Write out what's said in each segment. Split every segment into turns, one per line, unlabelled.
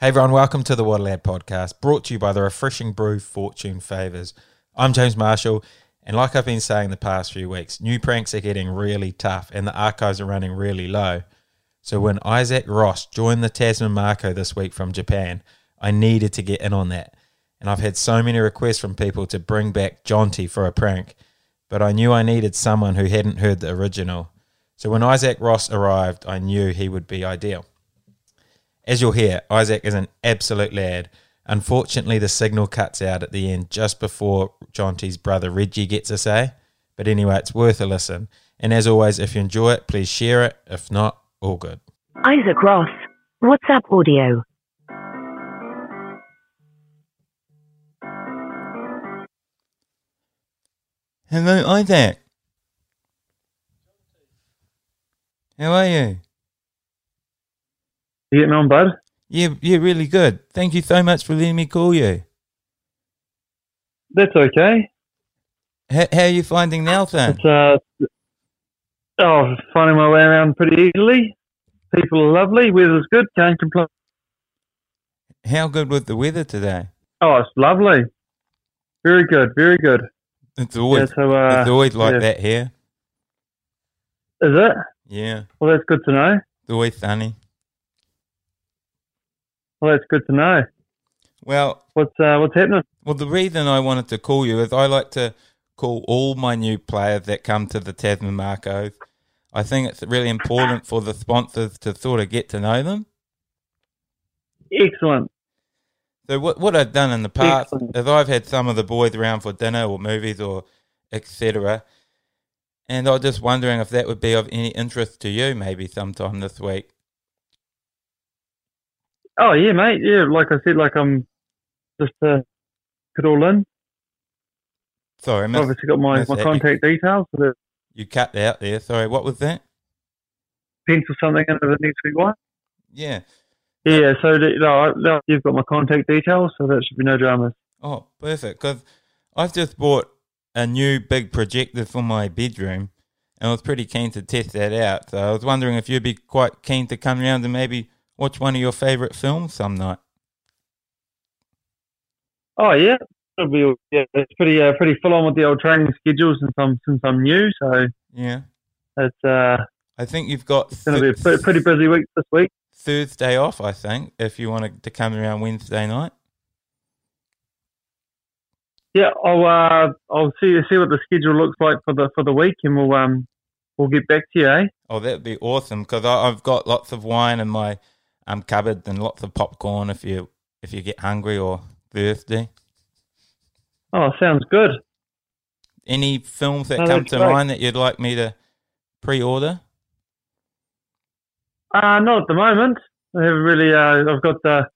Hey everyone, welcome to the Water Lab podcast, brought to you by the Refreshing Brew Fortune Favors. I'm James Marshall, and like I've been saying the past few weeks, new pranks are getting really tough and the archives are running really low. So when Isaac Ross joined the Tasman Marco this week from Japan, I needed to get in on that. And I've had so many requests from people to bring back Jonty for a prank, but I knew I needed someone who hadn't heard the original. So when Isaac Ross arrived, I knew he would be ideal. As you'll hear, Isaac is an absolute lad. Unfortunately, the signal cuts out at the end just before Jonty's brother Reggie gets a say. But anyway, it's worth a listen. And as always, if you enjoy it, please share it. If not, all good.
Isaac Ross, WhatsApp audio.
Hello, Isaac. How are you?
You getting on, bud?
Yeah, yeah, really good. Thank you so much for letting me call you.
That's okay.
H- how are you finding Nelson?
It's uh, oh, finding my way around pretty easily. People are lovely. Weather's good. Can't complain.
How good was the weather today?
Oh, it's lovely. Very good. Very good.
It's always,
yeah, so, uh,
it's always like
yeah.
that here.
Is it?
Yeah,
Well, that's good to know.
it's always sunny.
Well, that's good to know.
Well,
What's uh, what's happening?
Well, the reason I wanted to call you is I like to call all my new players that come to the Tasman Marcos. I think it's really important for the sponsors to sort of get to know them.
Excellent.
So what what I've done in the past
Excellent.
is I've had some of the boys around for dinner or movies or etc. And I was just wondering if that would be of any interest to you maybe sometime this week.
Oh yeah, mate. Yeah, like I said, like I'm just uh, put all in.
Sorry, I missed-
Obviously got my,
miss
my
that.
contact details. So that
you cut out there. Sorry, what was that?
pencil something into the next week one.
Yeah.
Yeah. So that, no, no, you've got my contact details, so that should be no dramas.
Oh, perfect. Because I've just bought a new big projector for my bedroom and I was pretty keen to test that out. So I was wondering if you'd be quite keen to come round and maybe watch one of your favourite films some night.
Oh yeah, it'll be yeah. It's pretty uh, pretty full on with the old training schedule since I'm since I'm new, so
Yeah.
it's uh
I think you've got
it's going to be a
th-
pre- pretty busy week this week.
Thursday off, I think, if you wanted to come around Wednesday night.
Yeah, I'll uh I'll see see what the schedule looks like for the for the week, and we'll um we'll get back to you. Eh?
Oh, that'd be awesome because I've got lots of wine in my um, cupboard and lots of popcorn if you if you get hungry or thirsty.
Oh, sounds good.
Any films that
No,
come
that's
to
great.
mind that you'd like me to pre-order?
Uh not at the moment. I haven't really. Uh, I've got the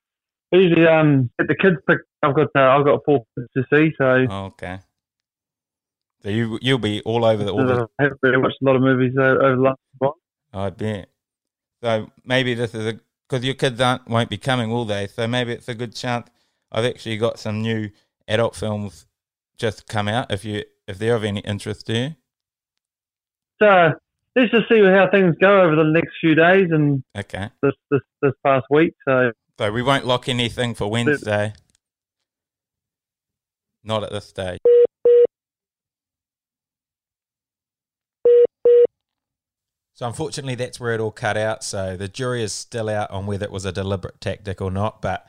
usually um at the kids pick. I've got uh, I've got four kids to see, so
Oh, Okay. So you you'll be Oh, all over the order.
I haven't really watched a lot of movies uh, over the last while.
I bet. So maybe this is a because your kids aren't won't be coming, will they? So maybe it's a good chance. I've actually got some new adult films just come out. If you if they're of any interest to you.
So let's just see how things go over the next few days and
Okay.
this this this past week. So
So we won't lock anything for Wednesday. Not at this stage. So unfortunately, that's where it all cut out. So the jury is still out on whether it was a deliberate tactic or not. But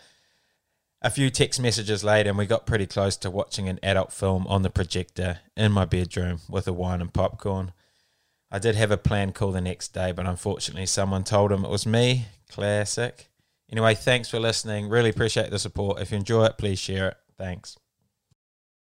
a few text messages later, and we got pretty close to watching an adult film on the projector in my bedroom with a wine and popcorn. I did have a plan call the next day, but unfortunately, someone told him it was me. Classic. Anyway, thanks for listening. Really appreciate the support. If you enjoy it, please share it. Thanks.